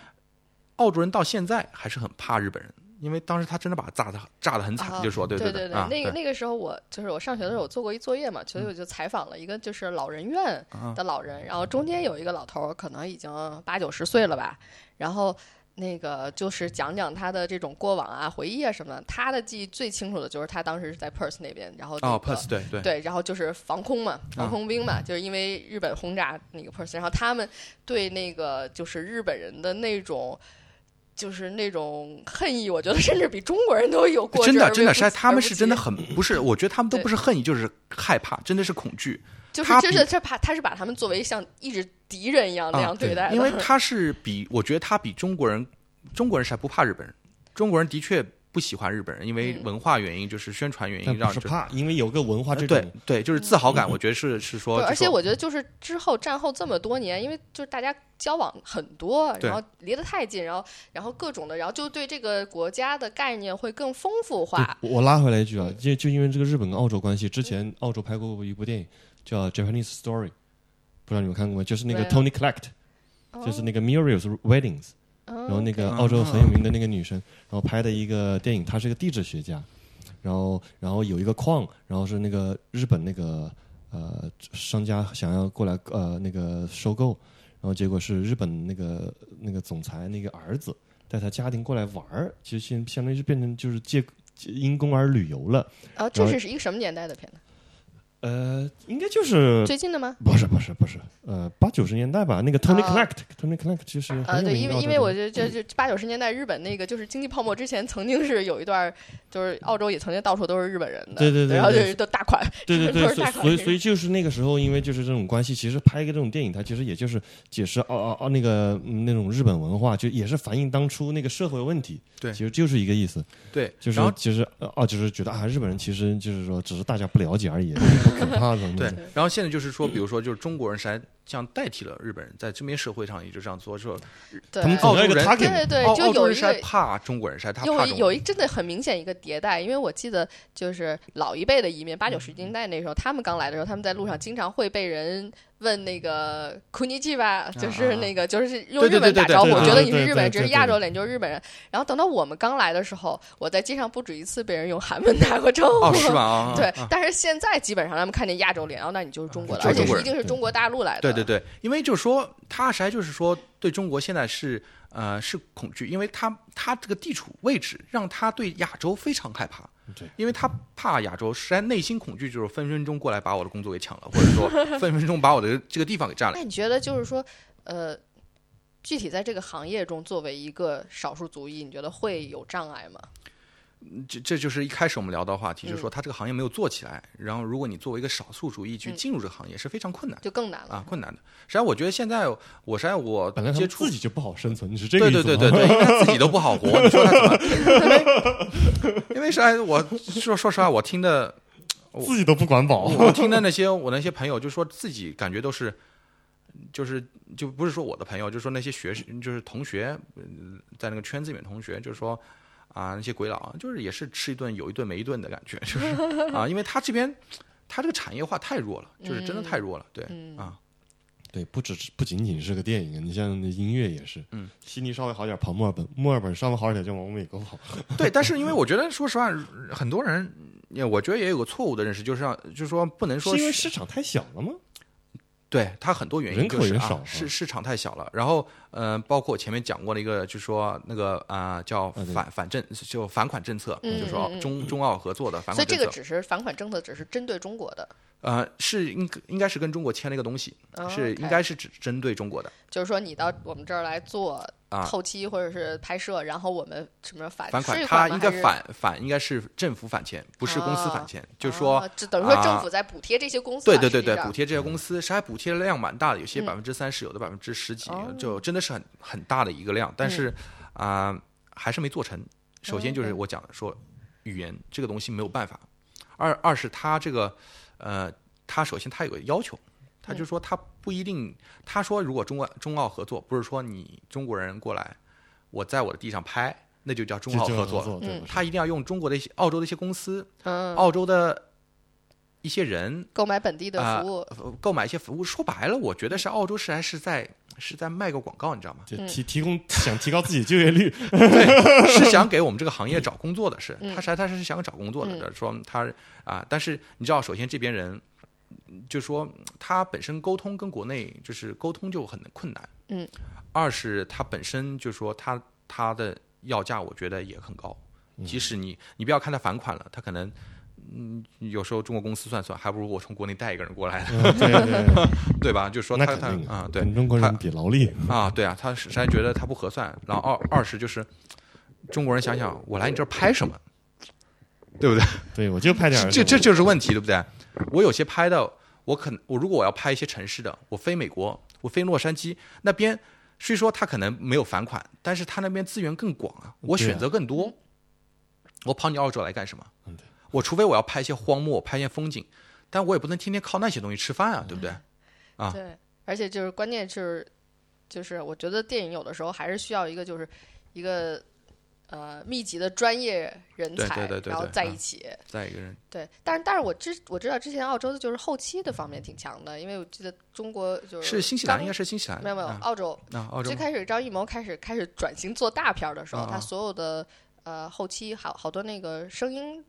澳洲人到现在还是很怕日本人，因为当时他真的把他炸的炸的很惨，啊就说对对对对，啊，那个那个时候我就是我上学的时候我做过一作业嘛，所以我就采访了一个就是老人院啊的老人，然后中间有一个老头儿可能已经八九十岁了吧，然后。那个就是讲讲他的这种过往啊、回忆啊什么的。他的记忆最清楚的就是他当时是在 Perth 那边，然后那哦个，Perth 对对啊对，然后就是防空嘛，防空兵嘛，就是因为日本轰炸那个 p e r s o n 然后他们对那个就是日本人的那种。就是那种恨意，我觉得甚至比中国人都有过之哎真而的微真的，不是及他而不们是真的及 很不是，我觉得他们都对不是恨意，就是害怕，真的是恐惧。就是他就比是他把他是把他们作为像一直敌人一样那啊样对待的，因为他是比，我觉得他比中国人，中国人是还不怕日本人，中国人的确不喜欢日本人，因为嗯文化原因，就是宣传 原但因，不让是就是怕，因为有个文化这对种对，就是自豪感，我觉得 是是说，对，而就且说我觉得就是之后战后这么多年，因为就是大家交往很多，对然后离得太近，然后然后各种的，然后就对这个国家的概念会更丰富化。对我我拉回来一句啊，就就因为这个日本跟澳洲关系，之前澳洲拍过一部电影叫《Japanese Story》，不知道你们看过没？就是那个没有 Tony Collect，就是那个 Muriel's Weddings，然然后那个澳洲很有名的那个女生，然后拍的一个电影，她是个地质学家，然后然后有一个矿，然后是那个日本那个呃商家想要过来呃那个收购，然后结果是日本那个那个总裁那个儿子带他家庭过来玩儿，其实现相当于是变成就是借借因公而旅游了。呃啊，这是是一个什么年代的片呢？呃，应该就是最近的吗？不是不是不是，呃，八九十年代吧，那个 Tony 啊 Connect，Tony Connect 呃就是啊，很有对，名因为的澳洲因为我人就就就八九十年代日本那个就是经济泡沫之前，曾经是有一段儿，就是澳洲也曾经到处都是日本人的，对对对然后 就对是都大款，对对对，都是所大以款所以所以就是那个时候，因为就是这种关系，其实拍一个这种电影，它其实也就是解释哦哦哦那个、嗯那种日本文化，就也是反映当初那个社会问题。对其实就是一个意思，对，就是然后其实呃哦，就是觉得啊，日本人其实就是说只是大家不了解而 已，不可怕的。对嗯，然后现在就是说，比如说，就是中国人实在这样代替了日本人，在这边社会上一直这样做，说对哦他们总要一个澳洲人 target 对嘛对对，澳就哦澳洲有人一实在个。怕中国人，实在他怕中有国一人有一真的很明显一个迭代，因为我记得就是老一辈的移民，八九嗯十年代那时候，他们刚来的时候，他们在路上经常会被人问那个“库尼基吧”，就是那个就是用啊对对日本对打对招呼对，对觉得对你是对日本人，对只是对亚对洲脸就是日本人。然后等到我们刚来的时候，我在街上不止一次被人用韩文打过招呼，哦，是吧？啊，啊对啊，但是现在基本上他们看见亚洲脸，哦，那你就是中国的，就而是且中国是一定人嗯是中国大陆来的。对对对，因为就是说，他实在就是说，对中国现在是呃是恐惧，因为他他这个地处位置让他对亚洲非常害怕。对，因为他怕亚洲，实在内心恐惧，就是分分钟过来把我的工作给抢了，或者说分分钟把我的这个地方 给占了。那你觉得就是说，呃，具体在这个行业中，作为一个少数族裔，你觉得会有障碍吗？这这就是一开始我们聊到的话题，就是说嗯他这个行业没有做起来，然后如果你作为一个少数主义去嗯进入这个行业是非常困难的就更难了。啊，困难的。实际上，我觉得现在我实际上我本来他接们触自己就不好生存，你是这个对意思对吗 对对对，因为他自己都不好活，你说他怎么？因为 因为实在我说说实话，我听的对自己都不管饱。我听的那些我那些朋友就说自己感觉都是，就是就不是说我的朋友，就是说那些学生就是同学，嗯在那个圈子里面同学，就是说啊那些鬼佬，就是也是吃一顿有一顿没一顿的感觉，就是 啊，因为他这边他这个产业化太弱了，就是真的太弱了，对嗯啊，对，不只是不仅仅是个电影，啊你像音乐也是，嗯，悉尼稍微好点跑墨尔本，墨尔本稍微好点就往美国跑。 对，但是因为我觉得说实话，很多人。也我觉得也有个错误的认识，就是让就是说不能说是因为市场太小了吗？对它很多原因人口就是也啊少市嗯市场太小了。然后，呃，包括前面讲过的一个，就说那个啊、叫对反反政，就反款政策，嗯就说嗯嗯中中澳合作的反所以款这政个策，只是返款政策，只是针对中国的，呃，是应应该是跟中国签了一个东西，哦是 OK 应该是只针对中国的就是说你到我们这儿来做啊后期或者是拍摄，然后我们什么反反款税，它吗应还该是反反应该是政府返钱，不是公司啊返钱，就说。啊这等于说政啊府在补贴这些公司对啊、对对实际对，上补贴这些公司，实还补贴的量蛮大的，有些嗯百分之三十，有的百分之十几哦，嗯就真的是很很大的一个量。但是啊、还是没做成。首先就是哦我讲的说，语言这个东西没有办法。二二是它这个呃，它首先它有个要求，它嗯就说它不一定，他说如果中澳中澳合作，不是说你中国人过来，我在我的地上拍，那就叫中澳就合合作了。作，对嗯吧？？他一定要用中国的一些、澳洲的一些公司、嗯，澳洲的一些人购买本地的啊服务，呃购买一些服务。说白了，我觉得是澳洲是还是在是在卖个广告，你知道 吗就嗯提提供想提高自己就业率，是想给我们这个行业找工作的，是嗯他实他是想找工作的，说他啊，但是你知道，首先这边人。嗯就说他本身沟通跟国内就是沟通就很困难，嗯。二是他本身就说他他的要价，我觉得也很高。嗯即使你你不要看他返款了，他可能嗯有时候中国公司算算，还不如我从国内带一个人过来呢，对 对对，嗯对吧？就说嗯那他他肯定啊，对，跟中国人比劳力，啊，对啊，他实在觉得他不合算。然后二二是就是中国人想想，我来你这儿拍什么，对不对？对我就拍点儿这这就是问题，对不对？我有些拍的，我可能我如果我要拍一些城市的，我飞美国，我飞洛杉矶那边，虽说他可能没有返款，但是他那边资源更广啊，我对啊选择更多，我跑你澳洲来干什么嗯对？我除非我要拍一些荒漠，拍一些风景，但我也不能天天靠那些东西吃饭啊，对嗯不对？啊对，而且就是关键是，就是我觉得电影有的时候还是需要一个就是一个呃密集的专业人对才，对对对然后对在嗯一起。再一个人，对，但是但是我知我知道之前澳洲的就是后期的方面挺强的，因为我记得中国就是新西兰，呃刚应该是新西兰，没有没有啊澳洲啊，澳洲最开始张艺谋开始开始转型做大片儿的时候，啊他啊所有的呃后期好好多那个声音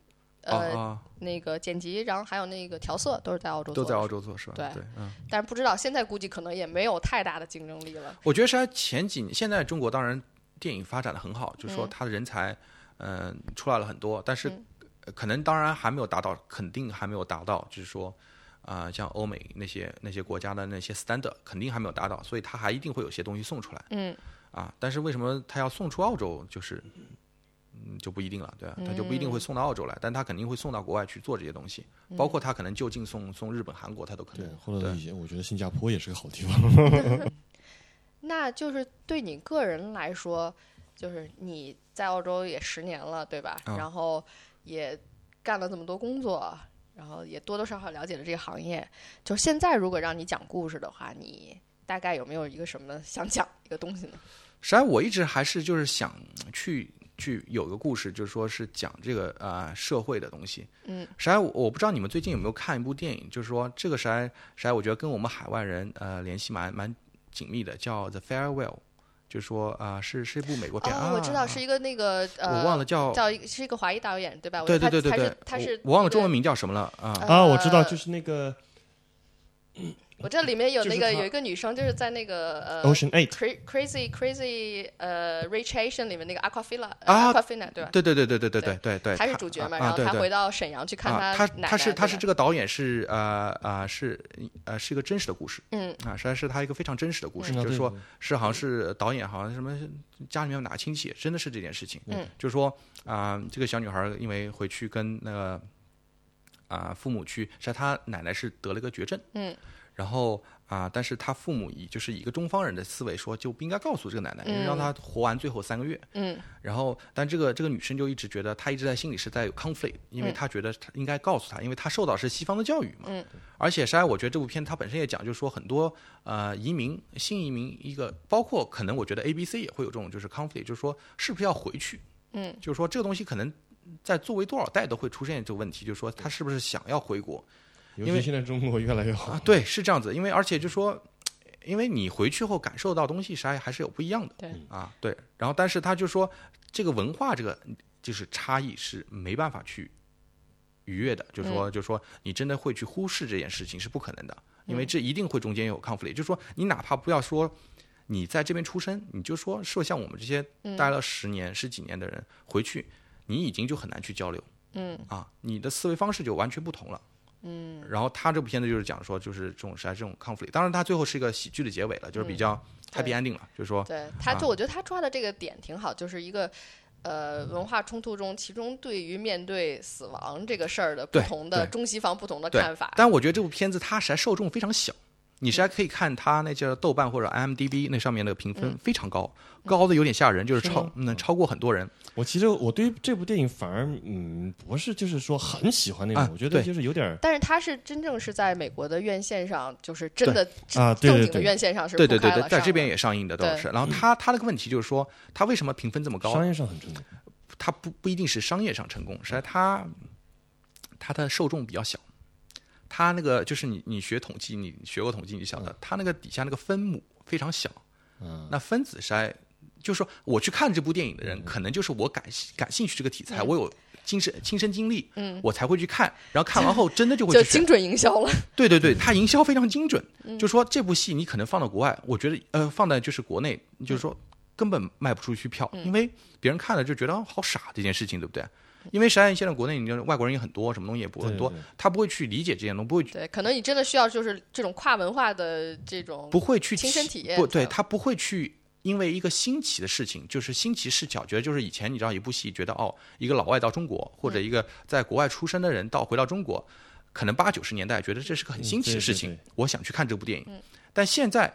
啊呃、啊那个剪辑，然后还有那个调色都是在澳洲都做在的澳是，洲做是吧？对嗯，但是不知道现在估计可能也没有太大的竞争力了。我觉得实际上前几年，现在中国当然电影发展的很好，就是说嗯它的人才，嗯、出来了很多，但是嗯呃可能当然还没有达到，肯定还没有达到，就是说啊、像欧美那些那些国家的那些 standard 肯定还没有达到，所以它还一定会有些东西送出来嗯啊。但是为什么它要送出澳洲，就是嗯就不一定了，对吧？它就不一定会嗯送到澳洲来，但它肯定会送到国外去做这些东西，包括它可能就近送送日本、韩国，它都可对能，。或者对以前我觉得新加坡也是个好地方。那就是对你个人来说，就是你在澳洲也十年了，对吧？嗯然后也干了这么多工作，然后也多多少少了解了这个行业。就是现在，如果让你讲故事的话，你大概有没有一个什么想讲一个东西呢？实际上，我一直还是就是想去去有个故事，就是说是讲这个啊、呃社会的东西。嗯，实际上我我不知道你们最近有没有看一部电影，就是说这个实际上实际上我觉得跟我们海外人呃联系蛮蛮紧密的，叫《The Farewell》，就是说啊、呃是是一部美国片、啊，哦，我知道是一个那个呃，我忘了叫叫一个是一个华裔导演对吧？我对对他对对对，他是他是我我忘了一个中文名叫什么了啊。呃啊，我知道，就是那个我这里面有就是那个他哦有一个女生，就是在那个呃 Ocean Eight， Cra- Crazy Crazy 呃 Rich Asian 里面那个 Aquafina 呃啊 Aquafina 对吧？对对对对对对对对对对，他是主角嘛，啊然啊后对他对回到沈阳去看啊，他他奶奶。他是他对是吧这个导演是呃呃是呃是一个真实的故事，嗯啊，实际上是他一个非常真实的故嗯事，啊就是对说对是好像是导演好像什么家里面有哪个亲戚，真的是这件事情，嗯，就是说啊、这个小女孩因为回去跟那个啊、父母去，实际上她奶奶是得了一个绝症，嗯，然后。啊！但是她父母以就是以一个中方人的思维说，就不应该告诉这个奶奶，嗯让她活完最后三个月。嗯然后，但这个这个女生就一直觉得她一直在心里是在有 conflict，因为她觉得她应该告诉她，因为她受到是西方的教育嘛。嗯而且，实际上我觉得这部片它本身也讲，就是说很多呃移民新移民一个，包括可能我觉得 A、B、C 也会有这种就是 conflict，就是说是不是要回去，嗯，就是说这个东西可能在作为多少代都会出现这个问题，就是说他是不是想要回国，尤因为其现在中国越来越好啊，，对，是这样子，因为而且就说，因为你回去后感受到东西啥还是有不一样的，对啊，对，然后但是他就说这个文化这个就是差异是没办法去逾越的，就是说、就是说你真的会去忽视这件事情是不可能的，因为这一定会中间有 conflict，、就是说你哪怕不要说。你在这边出生，你就说说像我们这些嗯待了十年、十几年的人回去，你已经就很难去交流。嗯啊，你的思维方式就完全不同了。嗯，然后他这部片子就是讲说，就是这种实在这种 conflict，当然他最后是一个喜剧的结尾了，就是比较 happy 嗯对 ending 了，就是说，对，他就啊我觉得他抓的这个点挺好，就是一个。呃，文化冲突中，其中对于面对死亡这个事儿的不对同的对中西方不同的对看法，但我觉得这部片子它实在受众非常小，你实在可以看它那叫豆瓣或者 IMDB 那上面的评嗯分非常高，高的有点吓人，就是超嗯超过很多人。我其实我对这部电影反而嗯不是就是说很喜欢那种，啊我觉得对就是有点儿但是他是真正是在美国的院线上，就是真对的啊对对正经的对院线上是对对公对开对，了在上这边的也上映的都对是。然后它它那个问题就是说，它为什么评分这么高？商业上很成功。它不不一定是商业上成功，实在它它的受众比较小。它那个就是你你学统计，你学过统计，你晓得，它那个底下那个分母非常小，嗯，那分子实在就是说我去看这部电影的人，可能就是我感兴感兴趣这个题材，我有亲身亲身经历，嗯，我才会去看，然后看完后真的就会就去选精准营销了。 对对对，它营销非常精准，嗯就说这部戏你可能放到国外，我觉得呃放在就是国内，就是说嗯根本卖不出去票，因为别人看了就觉得哦好傻这件事情，对不对？因为实际上现在国内你知道外国人也很多，什么东西也不对很多对对，他不会去理解这些东西，不会去对，可能你真的需要就是这种跨文化的这种不会去亲身起体验不才对有他不会去。因为一个新奇的事情，就是新奇视角，觉得就是以前你知道一部戏，觉得哦，一个老外到中国，或者一个在国外出生的人到回到中国，可能八九十年代觉得这是个很新奇的事情，嗯对我想去看这部电影。但现在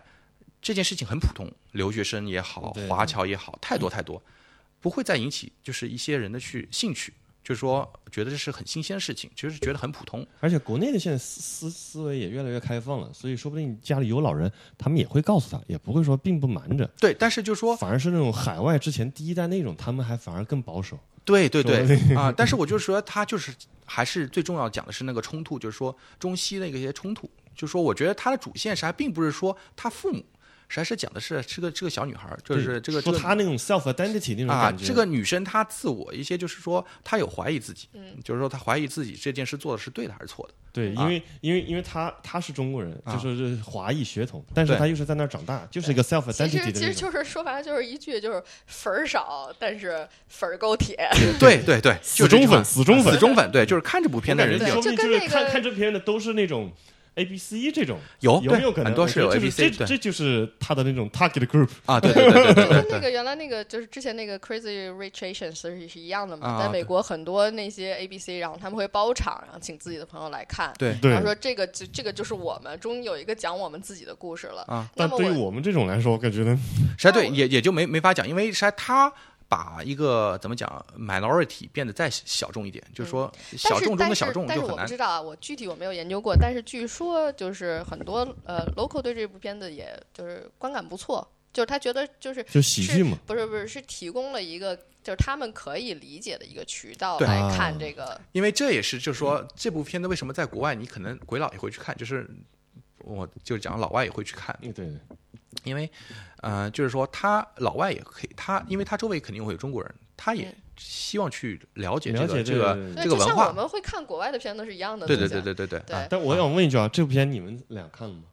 这件事情很普通，留学生也好对，华侨也好，太多太多，不会再引起就是一些人的去兴趣，就是说觉得这是很新鲜的事情，就是觉得很普通。而且国内的现在思思思维也越来越开放了，所以说不定家里有老人，他们也会告诉他，也不会说并不瞒着，对，但是就是说反而是那种海外之前第一代那种，他们还反而更保守。对对说对啊！但是我就是说，他就是还是最重要讲的是那个冲突，就是说中西的一些冲突。就是说，我觉得他的主线啥，并不是说他父母，实在是讲的是这个这个小女孩儿，就是这个这说个他那种 self identity 那种啊，感觉，这个女生她自我一些，就是说她有怀疑自己，就是说她怀疑自己这件事做的是对的还是错的。对，啊因为因为因为他他是中国人，啊就是华裔血统，但是对他又是在那儿长大，就是一个呃 self 其实 identity 的其实那种。就是说白了就是一句就是粉儿少，但是粉儿够铁。对对对，就死忠这句话粉死忠粉死忠粉，对，就是看这部片的人我感觉有说不定就就跟是那个 E 看看这片的都是那种 A B C 这种，有有没对有可能？很多是有我觉得 A B 就是 C 这对这就是他的那种 target group，啊，对对对对对那 对个原来那个就是之前那个 Crazy Rich Asians 是是一样的嘛，啊在对美国很多那些 A B C，然后他们会包场，然后请自己的朋友来看。对对然后说这个就这个就是我们，终于有一个讲我们自己的故事了。啊那但么对于我我们这种来说，我感觉呢，实在对也也就没没法讲，因为实在他把一个怎么讲 minority 变得再小众一点，就是说小众中的小众嗯但是但是但就是我很不难知道啊，我具体我没有研究过，但是据说就是很多呃 local 对这部片子也就是观感不错，就是他觉得就是就喜剧嘛，不是不是是提供了一个就是他们可以理解的一个渠道对来啊看这个。因为这也是就是说这部片子为什么在国外你可能鬼佬也会去看，就是我就讲老外也会去看，嗯对对，因为呃就是说他老外也可以，他因为他周围肯定会有中国人，他也嗯希望去了解了解这个这这个个对对，这就个文像我化，们会看国外的片子是一样的。对对对对对对对对啊，但我想问一句啊，这部片你们俩看了吗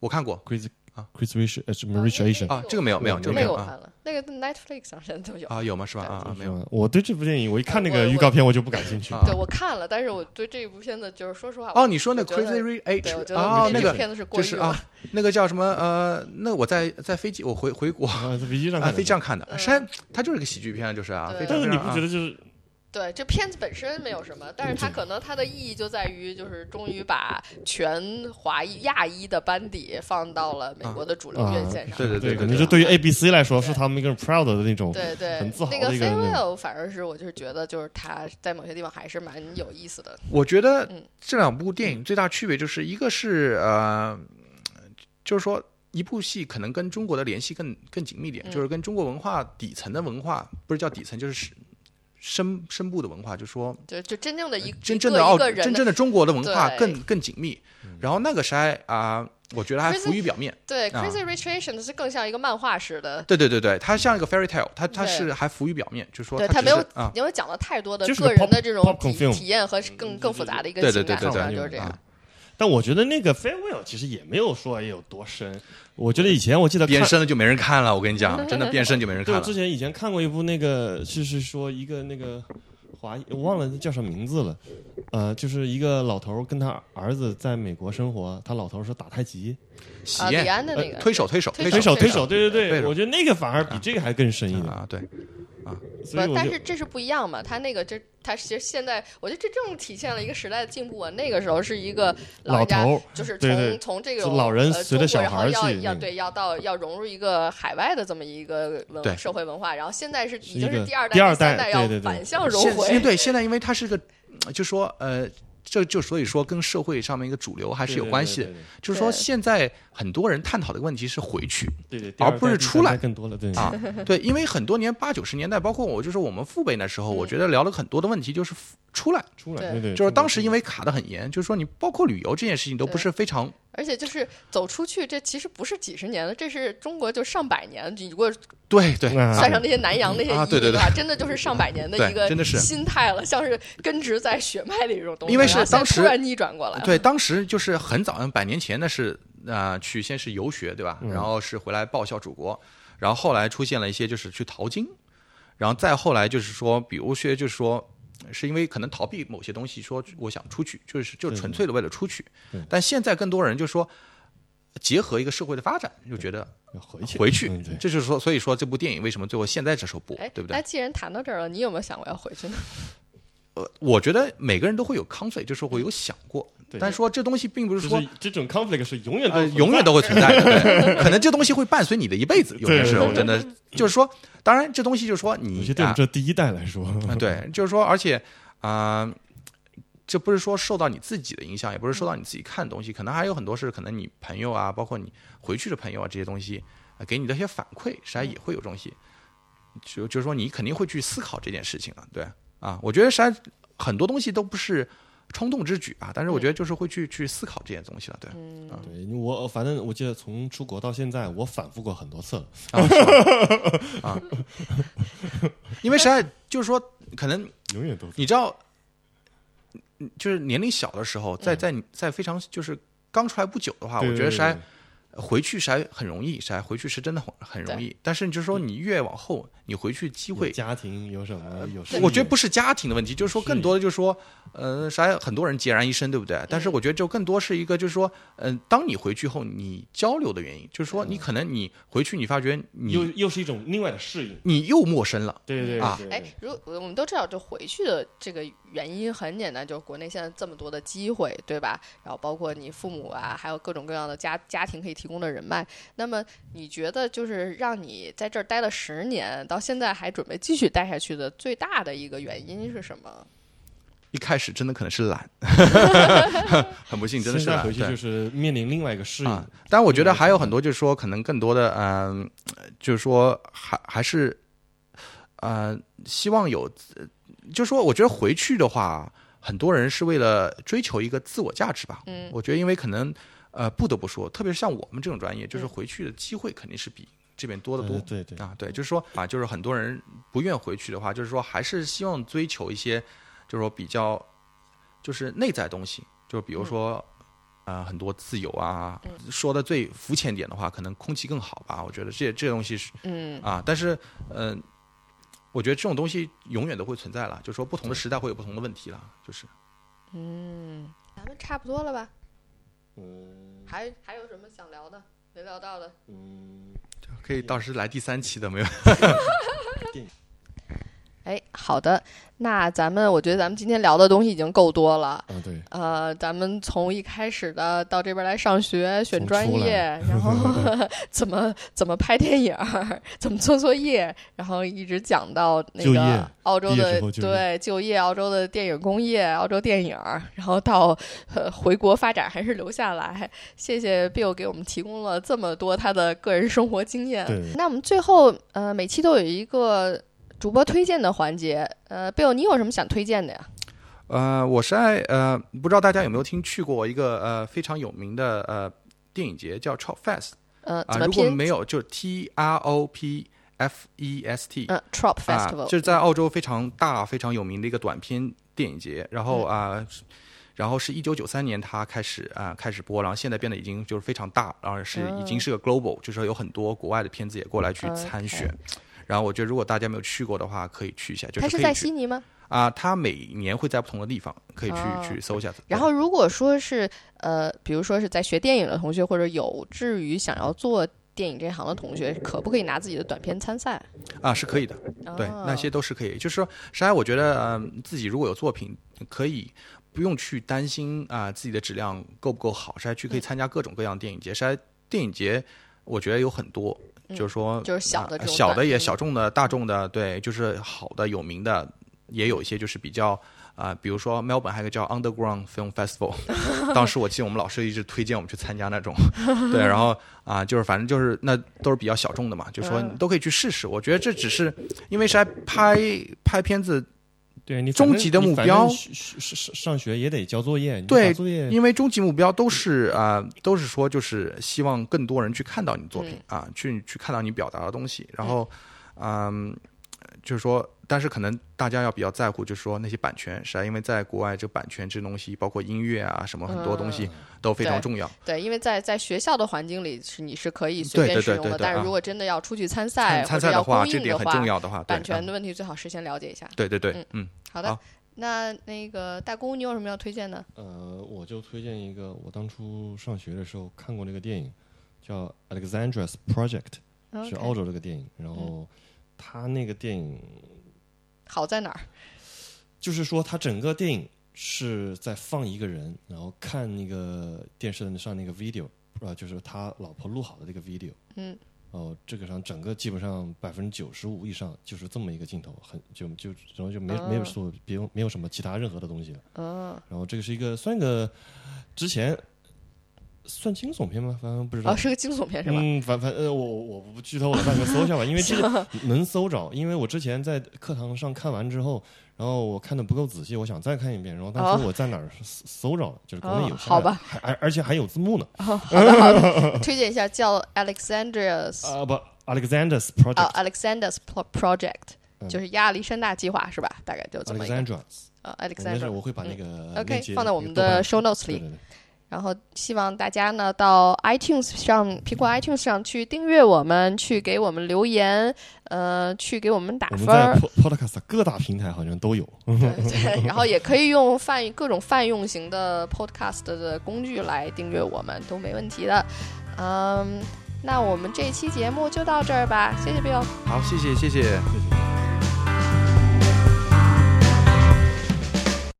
我看过？Chris 啊 Chris Rich 呃是那 Rich 那 Asian 啊，这个没有没有那这个没那个有我啊看了，那个 Netflix 上现在都有。啊有吗是吧啊啊啊没有。我对这部电影我一看那我个预告片我就不感兴趣啊。对，我看了，但是我对这一部片子就是说实话，哦，我你说那我觉得 Crazy 对，Rich 我 H 觉得哦我，对那这个部片子是过就誉是了。啊，那个叫什么呃，那我在在飞机我回回国啊，在飞机上啊看飞机的。上看的，嗯山它就是个喜剧片，就是啊，对非常但是你不觉得得就是对，这片子本身没有什么，但嗯是它可能它的意义就在于，就是终于把全华裔、亚裔的班底放到了美国的主流院线上。啊对对对，对可能对就对于 A B C 来说对是他们一个 proud 的那种。对对，很自豪那的个一个 farewell 反而是我就是觉得，就是它在某些地方还是蛮有意思的。我觉得嗯这两部电影最大区别就是一个是呃，就是说一部戏可能跟中国的联系更更紧密一点，嗯就是跟中国文化底层的文化，不是叫底层，就是深深部的文化，就是说就就真正的一呃真一正个的澳一个人真正的中国的文化对更更紧密。嗯然后那个是还啊，我觉得还 Crazy- 浮于表面。对啊 Crazy Rich Asian 是更像一个漫画式的，对对对对，它像一个 fairy tale，它它对是还浮于表面，就是说对它它只没有是啊因为讲了太多的就是个个人 pop- 的这种 popcorn 体 film 体验和是更更复杂的一个对情对感对对啊上对就是这样。但我觉得那个 farewell 其实也没有说也有多深。我觉得以前我记得看变身了就没人看了，我跟 你讲，真的变身就没人对，看我了。之前以前看过一部那个，就是说一个那个华裔，我忘了叫什么名字了，呃，就是一个老头儿跟他儿子在美国生活，他老头儿是打太极，喜啊，李宴安的那个呃推手推手推推手手推手，对对对对，我觉得那个反而比这个还更深一点，啊， 对，所以不，我呃但就是这是不一样嘛。他那个这，他其实现在，我觉得这正体现了一个时代的进步啊。那个时候是一个老老人家头儿就是从对对从这就种老人呃随着中国小孩儿然后去嗯那个要要对要到要融入一个海外的这么一个对文社会文化，然后现在是已一经是个第二代、第二三代代对要对对反向融现回。对现在因为它是个，就说呃，这就所以说跟社会上面一个主流还是有关系的。，就是说对现在很多人探讨的问题是回去，对对对对对，而第二不是代第出三来代更多了，对啊，对，因为很多年八九十年代，包括我就是我们父辈那时候，我嗯觉得聊了很多的问题就是出来，出来对对对，就是当时因为卡的很严，就是说你包括旅游这件事情都不对是非常而且就是走出去，这其实不是几十年了，这是中国就上百年。你如果对对啊算上那些南洋那些移民啊对对对话，真的就是上百年的对一个真的是心态了，像是根植在血脉里这种东西。因为是然后现在当时突然逆转过来了，对，当时就是很早，百年前那是呃去先是游学对吧？嗯然后是回来报效祖国，然后后来出现了一些就是去淘金，然后再后来就是说，比如说就是说。是因为可能逃避某些东西，说我想出去，就是就纯粹的为了出去对。但现在更多人就说，结合一个社会的发展，就觉得要回去回去嗯对，这就是说，所以说这部电影为什么最后现在这时候播哎，，对不那对？既然谈到这儿了，你有没有想过要回去呢？我觉得每个人都会有 conflict，就是我有想过，对但说这东西并不是就说是这种 conflict 是永远都呃，存永远在都会存在 的。对可能这东西会伴随你的一辈子。有些对时候对真的就是说，当然这东西就是说尤你其对我啊们，这第一代来说，嗯对，就是说，而且啊、呃这不是说受到你自己的影响，也不是受到你自己看的东西，可能还有很多是可能你朋友啊，包括你回去的朋友啊这些东西，呃给你的一些反馈，实际上也会有东西。就就是说，你肯定会去思考这件事情啊，对啊，我觉得实际上很多东西都不是冲动之举啊，但是我觉得就是会去去思考这些东西了，对。 对我呃反正我记得从出国到现在，我反复过很多次了，啊，是吧啊，因为实在就是说，可能永远都你知道，嗯就是年龄小的时候，在在在非常就是刚出来不久的话，对我觉得实在回去筛很容易筛，回去是真的很很容易。但是你就说你越往后，你回去机有会，家庭有什么有事业？我觉得不是家庭的问题，就是说更多的就是说，呃，筛很多人孑然一身，对不对？但是我觉得就更多是一个就是说，嗯、当你回去后，你交流的原因，就是说你可能你回去你发觉又你又是一种另外的适应。你又陌生了。对对啊对哎对，如我们都知道，这回去的这个原因很简单，就是国内现在这么多的机会，对吧？然后包括你父母啊，还有各种各样的家家庭可以提供的人脉。那么你觉得，就是让你在这儿待了十年，到现在还准备继续待下去的最大的一个原因是什么？一开始真的可能是懒， 很不幸真的现是在懒。回去对就是面临另外一个适啊应。，但我觉得还有很多，就是说，可能更多的，嗯、就是说还还是，呃，希望有，呃就是说，我觉得回去的话，很多人是为了追求一个自我价值吧。嗯我觉得因为可能，呃，不得不说，特别是像我们这种专业，就是嗯回去的机会肯定是比这边多得呃多。对对对，啊，对，就是说啊，就是很多人不愿回去的话，就是说还是希望追求一些，就是说比较，就是内在东西，就比如说，啊、很多自由啊。说的最肤浅点的话，可能空气更好吧。我觉得这这东西是嗯啊，但是嗯、我觉得这种东西永远都会存在了，就是说不同的时代会有不同的问题了，就是嗯，咱们差不多了吧？嗯还还有什么想聊的？没聊到的？嗯，可以到时来第三期的没有？哎，好的，那咱们我觉得咱们今天聊的东西已经够多了。啊，对，呃，咱们从一开始的到这边来上学、选从专出 来业，然后 怎么怎么拍电影儿，怎么做作业，然后一直讲到那就个业澳洲毕业的之后就业对就业、澳洲的电影工业、澳洲电影儿，然后到呃回国发展还是留下来。谢谢 Bill 给我们提供了这么多他的个人生活经验。对对那我们最后呃每期都有一个主播推荐的环节，呃，Bill 你有什么想推荐的呀？ 呃，我是爱呃，不知道大家有没有听去过一个呃非常有名的呃电影节叫 Trop Fest。呃，啊，怎么如果拼？没有，就是 T R O P F E S T，、嗯，Trop Festival，、嗯啊，这是在澳洲非常大、非常有名的一个短片电影节。嗯然后啊、然后是一九九三年它开始啊、开始播，然后现在变得已经就是非常大，然后是已嗯经是个 global，、就是说有很多国外的片子也过来去参选。然后我觉得，如果大家没有去过的话，可以去一下。就它是是可以在去悉尼吗？啊，它每年会在不同的地方，可以去、哦去搜一下子。然后，如果说是呃，比如说是在学电影的同学，或者有志于想要做电影这行的同学，可不可以拿自己的短片参赛？啊，是可以的。对，那些哦都是可以。就是说，实际上我觉得，嗯、自己如果有作品，可以不用去担心啊、自己的质量够不够好。实际上嗯去可以参加各种各样的电影节。实际上电影节，我觉得有很多，就是说，嗯就是小的啊这种小的短也片小众的、大众的，对，就是好的、有名的，也有一些就是比较啊、比如说 Melbourne 还有一个叫 Underground Film Festival，当 时我记得我们老师一直推荐我们去参 加那种，对，然后啊、就是反正就是那都是比较小众的嘛，就说嗯你都可以去试试。我觉得这只是因为是在拍拍片子，对你终极的目标上上学也得交作业，你对把作业因为终极目标都是啊、都是说就是希望更多人去看到你作品、啊，去去看到你表达的东西，然后嗯、就是说。但是可能大家要比较在乎，就是说那些版权，实际上因为在国外这版权这东西，包括音乐啊什么很多东西都非常嗯对重要。对，因为在在学校的环境里是你是可以随对便对使对用对的，对但是啊如果真的要出去参赛参或参者赛要话，公这映点的很话重，要的话，对版权嗯的问题最好事先了解一下。对对对，嗯，好的好，那那个大姑，你有什么要推荐的？呃，我就推荐一个我当初上学的时候看过那个电影，叫《Alexandra's Project》，是 OK 澳洲这个电影。然后它那个电影好在哪儿？就是说，它整个电影是在放一个人，然后看那个电视上那个 video，啊、就是他老婆录好的这个 video。嗯。哦，这个上整个基本上百分之九十五以上就是这么一个镜头，很就就然后就没、没有哦说别没有什么其他任何的东西了。嗯，然后这个是一个算个之前算惊悚片吗？反正不知道。哦，是个惊 悚片是吧？嗯，反反呃，我我不剧透了，大家搜一下吧，因为这 个能搜着。因为我之前在课堂上看完之后，然后我看的不够仔细，我想再看一遍。然后当时我在哪儿搜搜着了，就是国内哦有下好来，吧还而而且还有字幕 呢。哦，好的好的，推荐一下叫 Alexandria's 啊不，Alexander's Project，啊、a l e x a n d e r s Project，、嗯就是亚历山大计划是吧？大概就这么一个 Alexandra，呃没事， ，Alexander。呃我会把那个链 OK，接放在我给们豆瓣的儿 show notes 对里对。对然后希望大家呢到 iTunes 上，苹果 iTunes 上去订阅我们，去给我们留言，呃，去给我们打我们分在儿。 Pod- Podcast 各大平台好像都有。对 对，然后也可以用泛各种泛用型的 podcast 的工具来订阅我们，都没问题的。嗯，那我们这期节目就到这儿吧，谢谢 Bill。好，谢谢谢谢。谢谢。